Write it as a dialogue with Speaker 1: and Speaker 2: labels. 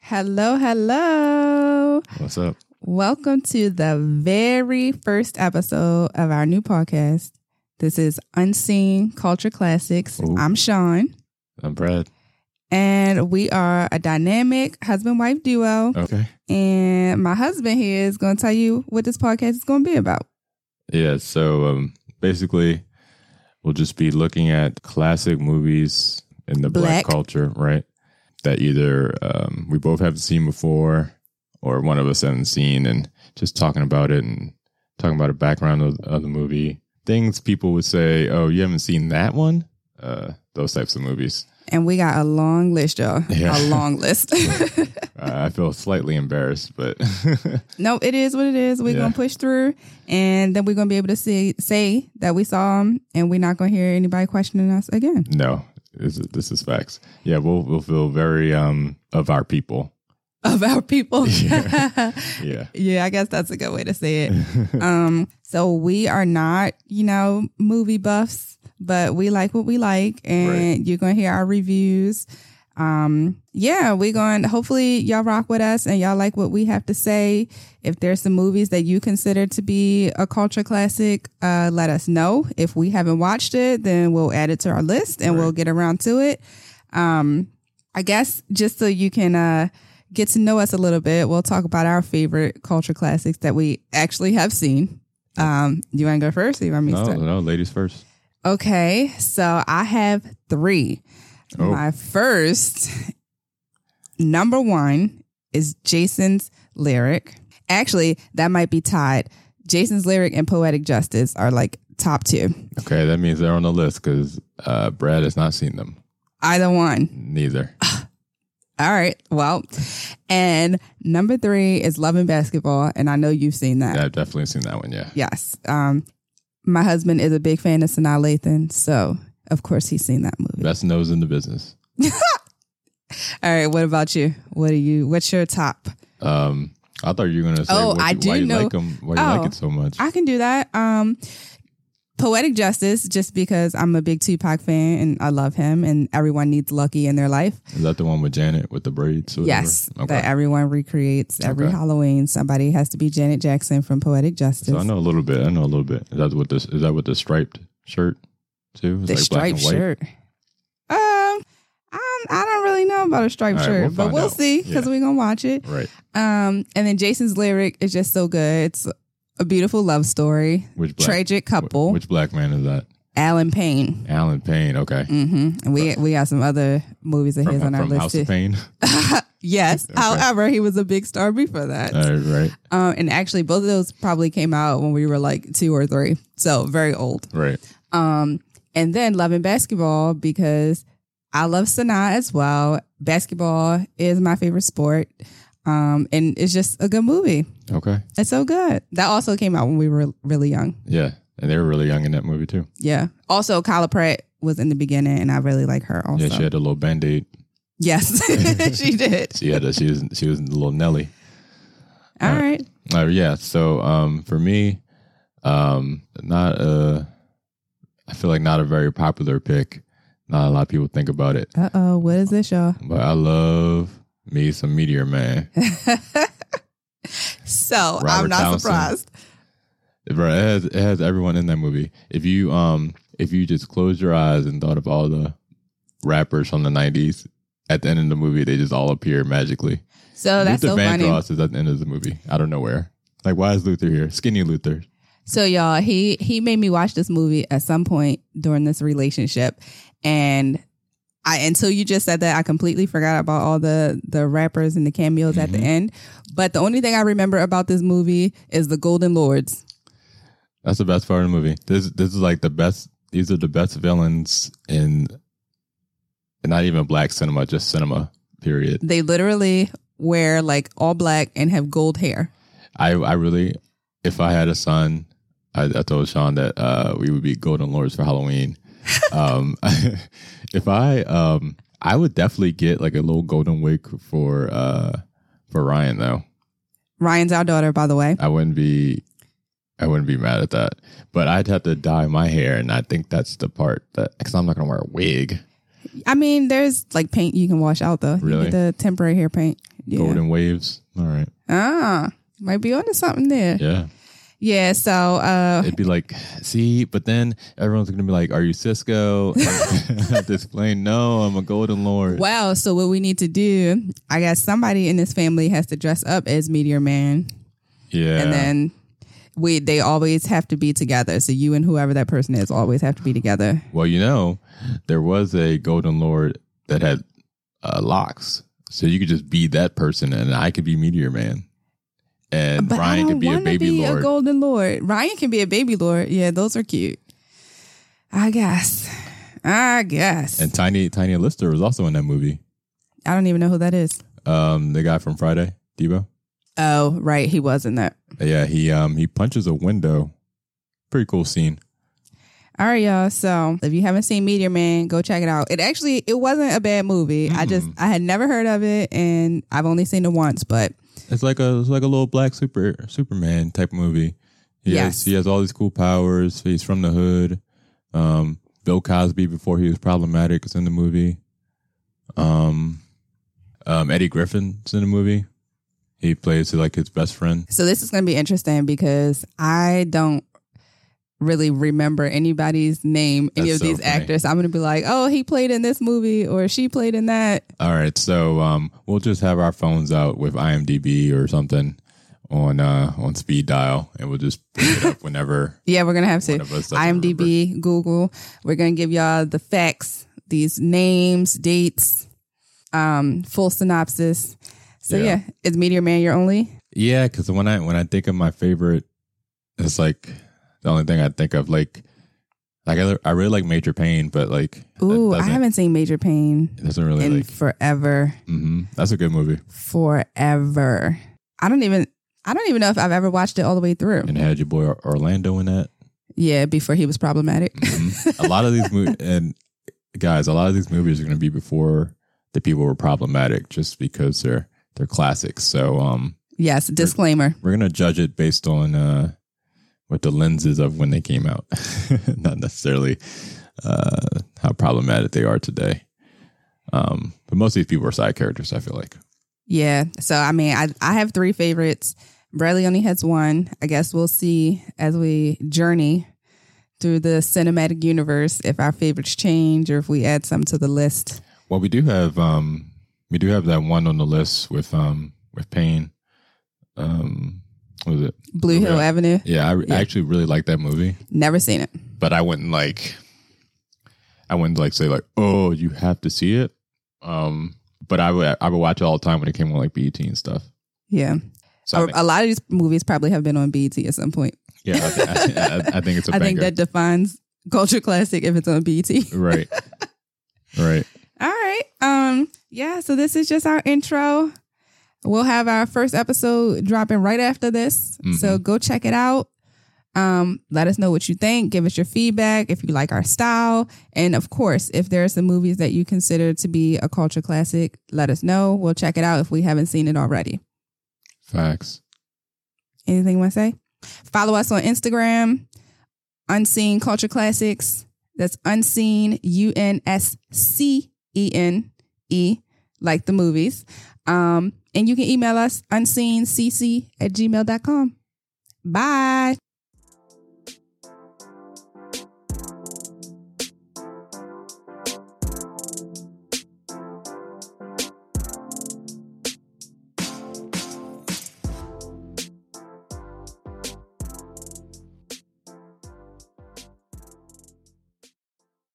Speaker 1: Hello, hello.
Speaker 2: What's up?
Speaker 1: Welcome to the very first episode of our new podcast. This is Unseen Culture Classics.
Speaker 2: Ooh.
Speaker 1: I'm Sean,
Speaker 2: I'm Brad.
Speaker 1: and we are a dynamic husband wife duo.
Speaker 2: Okay.
Speaker 1: And my husband here is going to tell you what this podcast is going to be about.
Speaker 2: Yeah. So um, basically, we'll just be looking at classic movies in the
Speaker 1: Black.
Speaker 2: black, culture, right? That either um, we both haven't seen before, or one of us hasn't seen, and just talking about it and talking about a background of, of the movie. Things people would say, "Oh, you haven't seen that one." Uh, those types of movies.
Speaker 1: And we got a long list, y'all.
Speaker 2: Yeah.
Speaker 1: A long list.
Speaker 2: Uh, I feel slightly embarrassed, but
Speaker 1: no, it is what it is. We're
Speaker 2: Yeah.
Speaker 1: gonna push through, and then we're gonna be able to see, say that we saw them, and we're not gonna hear anybody questioning us again.
Speaker 2: No, this is, this is facts. Yeah, we'll we'll feel very um of our people.
Speaker 1: of our people. Yeah.
Speaker 2: Yeah. Yeah,
Speaker 1: I guess that's a good way to say it. Um, so we are not, you know, movie buffs, but we like what we like, and you're gonna hear our reviews. Um, yeah, we're going. Hopefully, y'all rock with us, and y'all like what we have to say. If there's some movies that you consider to be a culture classic, uh, let us know. If we haven't watched it, then we'll add it to our list, and we'll
Speaker 2: Right.
Speaker 1: get around to it. Um, I guess just so you can uh, get to know us a little bit, we'll talk about our favorite culture classics that we actually have seen. Um, you want to go first? Or you want me to?
Speaker 2: no,
Speaker 1: start?
Speaker 2: no, ladies first.
Speaker 1: Okay, so I have three.
Speaker 2: Oh.
Speaker 1: My first number one is Jason's lyric. Actually, that might be tied. Jason's lyric and poetic justice are like top two.
Speaker 2: Okay, that means they're on the list because uh, Brad has not seen them.
Speaker 1: Either one.
Speaker 2: Neither.
Speaker 1: All right. Well, and number three is Love and Basketball, and I know you've seen that.
Speaker 2: I've definitely seen that one. Yeah.
Speaker 1: Yes. Um, my husband is a big fan of Sanaa Lathan, so of course he's seen that movie.
Speaker 2: Best nose in the business.
Speaker 1: All right. What about you? What are you? What's your top?
Speaker 2: Um, I thought you were gonna say
Speaker 1: Oh,
Speaker 2: what
Speaker 1: I
Speaker 2: you-
Speaker 1: do
Speaker 2: why you
Speaker 1: know-
Speaker 2: like them, why you
Speaker 1: Oh.
Speaker 2: like it so much.
Speaker 1: I can do that. Um, poetic justice, just because I'm a big Tupac fan and I love him, and everyone needs Lucky in their life.
Speaker 2: Is that the one with Janet with the braids? or whatever?
Speaker 1: Yes, that
Speaker 2: Okay.
Speaker 1: everyone recreates every
Speaker 2: Okay.
Speaker 1: Halloween. Somebody has to be Janet Jackson from Poetic Justice.
Speaker 2: So I know a little bit. I know a little bit. Is that what this? Is that what the striped shirt too? It's
Speaker 1: the
Speaker 2: like black and
Speaker 1: striped
Speaker 2: white?
Speaker 1: shirt. Um, I, Um, I don't really know about a striped
Speaker 2: All right,
Speaker 1: shirt,
Speaker 2: we'll
Speaker 1: but
Speaker 2: find
Speaker 1: we'll
Speaker 2: out.
Speaker 1: see because
Speaker 2: Yeah.
Speaker 1: we're gonna watch it.
Speaker 2: Right.
Speaker 1: Um, and then Jason's lyric is just so good. It's a beautiful love story,
Speaker 2: Which black
Speaker 1: tragic couple,
Speaker 2: Which black man is that?
Speaker 1: Alan Payne.
Speaker 2: Alan Payne. Okay.
Speaker 1: hmm And we we got some other movies of his on our list.
Speaker 2: House of
Speaker 1: too.
Speaker 2: Pain.
Speaker 1: Yes,
Speaker 2: Okay.
Speaker 1: however, he was a big star before that.
Speaker 2: All right,
Speaker 1: Um, and actually, both of those probably came out when we were like two or three, so very old.
Speaker 2: right.
Speaker 1: Um, and then loving basketball because I love Sanaa as well. Basketball is my favorite sport. Um, and it's just a good movie.
Speaker 2: Okay.
Speaker 1: It's so good. That also came out when we were really young.
Speaker 2: Yeah. And they were really young in that movie too.
Speaker 1: Yeah. Also, Kyla Pratt was in the beginning, and I really like her. Also,
Speaker 2: Yeah, she had a little band aid.
Speaker 1: yes, she did.
Speaker 2: She had a she was she was a little Nelly.
Speaker 1: All right.
Speaker 2: Uh, yeah. So um for me, um not a I feel like not a very popular pick. Not a lot of people think about it.
Speaker 1: Uh oh, what is this, y'all?
Speaker 2: But I love me some Meteor Man.
Speaker 1: so I'm
Speaker 2: Robert
Speaker 1: not
Speaker 2: Townsend.
Speaker 1: surprised.
Speaker 2: It has it has everyone in that movie. If you um if you just closed your eyes and thought of all the rappers from the nineties, at the end of the movie they just all appear magically.
Speaker 1: So Oh, that's
Speaker 2: Luther
Speaker 1: so funny.
Speaker 2: Vandross is at the end of the movie out of nowhere. Like, why is Luther here? Skinny Luther.
Speaker 1: So y'all, he he made me watch this movie at some point during this relationship, and I until you just said that I completely forgot about all the the rappers and the cameos at the
Speaker 2: Mhm.
Speaker 1: end. But the only thing I remember about this movie is the Golden Lords.
Speaker 2: That's the best part of the movie. This this is like the best. These are the best villains in, and not even black cinema, just cinema. Period.
Speaker 1: They literally wear like all black and have gold hair.
Speaker 2: I I really, if I had a son, I, I told Sean that uh, we would be golden lords for Halloween. um, if I um, I would definitely get like a little golden wig for uh for Ryan though.
Speaker 1: Ryan's our daughter, by the way.
Speaker 2: I wouldn't be I wouldn't be mad at that. But I'd have to dye my hair and I think that's the part that cuz I'm not going to wear a wig.
Speaker 1: I mean, there's like paint you can wash out though. You
Speaker 2: Really?
Speaker 1: get the temporary hair paint. Yeah.
Speaker 2: Golden Waves. All right.
Speaker 1: Ah, might be onto something there. Yeah.
Speaker 2: Yeah.
Speaker 1: so uh,
Speaker 2: It'd be like, see, but then everyone's gonna be like, "Are you Cisco?" Explain, no, I'm a Golden Lord.
Speaker 1: wow. So what we need to do, I guess somebody in this family has to dress up as Meteor Man,
Speaker 2: Yeah.
Speaker 1: and then we they always have to be together. So you and whoever that person is always have to be together.
Speaker 2: well, you know, there was a Golden Lord that had uh, locks, so you could just be that person, and I could be Meteor Man, and
Speaker 1: But I
Speaker 2: Ryan
Speaker 1: don't
Speaker 2: could be a
Speaker 1: want to
Speaker 2: baby
Speaker 1: be
Speaker 2: lord.
Speaker 1: a golden lord. Ryan can be a baby lord. Yeah, those are cute. I guess. I guess.
Speaker 2: and Tiny Tiny Lister was also in that movie.
Speaker 1: I don't even know who that is.
Speaker 2: Um, the guy from Friday, Debo.
Speaker 1: Oh, right. He was in that.
Speaker 2: Yeah, he um he punches a window. Pretty cool scene.
Speaker 1: All right, y'all. So if you haven't seen Meteor Man, go check it out. It actually it wasn't a bad movie. I just
Speaker 2: Mm.
Speaker 1: I had never heard of it and I've only seen it once, but
Speaker 2: It's like a it's like a little black super Superman type movie. He
Speaker 1: Yes.
Speaker 2: has, he has all these cool powers. He's from the hood. Um, Bill Cosby before he was problematic is in the movie. Um, um, Eddie Griffin's in the movie. He plays like his best friend.
Speaker 1: so this is gonna be interesting because I don't really remember anybody's name, any
Speaker 2: That's
Speaker 1: of
Speaker 2: so
Speaker 1: these
Speaker 2: funny.
Speaker 1: actors. I'm gonna be like, oh, he played in this movie or she played in that.
Speaker 2: All right, so um, we'll just have our phones out with IMDb or something on uh on speed dial, and we'll just pick it up whenever
Speaker 1: Yeah, we're gonna have
Speaker 2: one
Speaker 1: to.
Speaker 2: of us. doesn't remember.
Speaker 1: IMDb, Google. We're gonna give y'all the facts, these names, dates, um, full synopsis. So
Speaker 2: Yeah.
Speaker 1: yeah, is Meteor Man your only?
Speaker 2: Yeah, because when I when I think of my favorite, it's like the only thing I think of. Like, like I, I really like Major Pain, but like, that
Speaker 1: Ooh, I
Speaker 2: doesn't,
Speaker 1: haven't seen Major Pain
Speaker 2: It doesn't really
Speaker 1: in
Speaker 2: like.
Speaker 1: forever,
Speaker 2: hmm that's a good movie.
Speaker 1: forever. I don't even. I don't even know if I've ever watched it all the way through.
Speaker 2: And it had your boy Or- Orlando in that.
Speaker 1: Yeah, before he was problematic.
Speaker 2: Mhm. a lot of these movies and guys, a lot of these movies are going to be before the people were problematic, just because they're they're classics. So um,
Speaker 1: yes, disclaimer.
Speaker 2: we're gonna judge it based on uh, what the lenses of when they came out, not necessarily uh, how problematic they are today. Um, but most of these people are side characters. I feel like
Speaker 1: Yeah. So I mean, I I have three favorites. Bradley only has one. I guess we'll see as we journey through the cinematic universe if our favorites change or if we add some to the list.
Speaker 2: well, we do have um, we do have that one on the list with um, with Payne. Um, what was it?
Speaker 1: Blue Hill
Speaker 2: Okay.
Speaker 1: Avenue.
Speaker 2: Yeah, I,
Speaker 1: Yeah.
Speaker 2: I actually really like that movie,
Speaker 1: Never seen it.
Speaker 2: but I wouldn't like, I wouldn't like say like, oh, you have to see it. Um, but I would I would watch it all the time when it came on like BET and stuff.
Speaker 1: Yeah.
Speaker 2: So I
Speaker 1: a,
Speaker 2: think-
Speaker 1: a lot of these movies probably have been on BET at some point.
Speaker 2: Yeah, I, th- I, th- I- I think it's a
Speaker 1: I think
Speaker 2: banger.
Speaker 1: that defines culture classic if it's on BET.
Speaker 2: right, right.
Speaker 1: All right. Um yeah, so this is just our intro. We'll have our first episode dropping right after this. So go check it out. Um let us know what you think, give us your feedback if you like our style, and of course, if there are some movies that you consider to be a culture classic, let us know. We'll check it out if we haven't seen it already.
Speaker 2: Facts.
Speaker 1: Anything you want to say? Follow us on Instagram, Unseen Culture Classics. That's Unseen, U N S C E N E, like the movies. Um, and you can email us unseencc at gmail.com. Bye.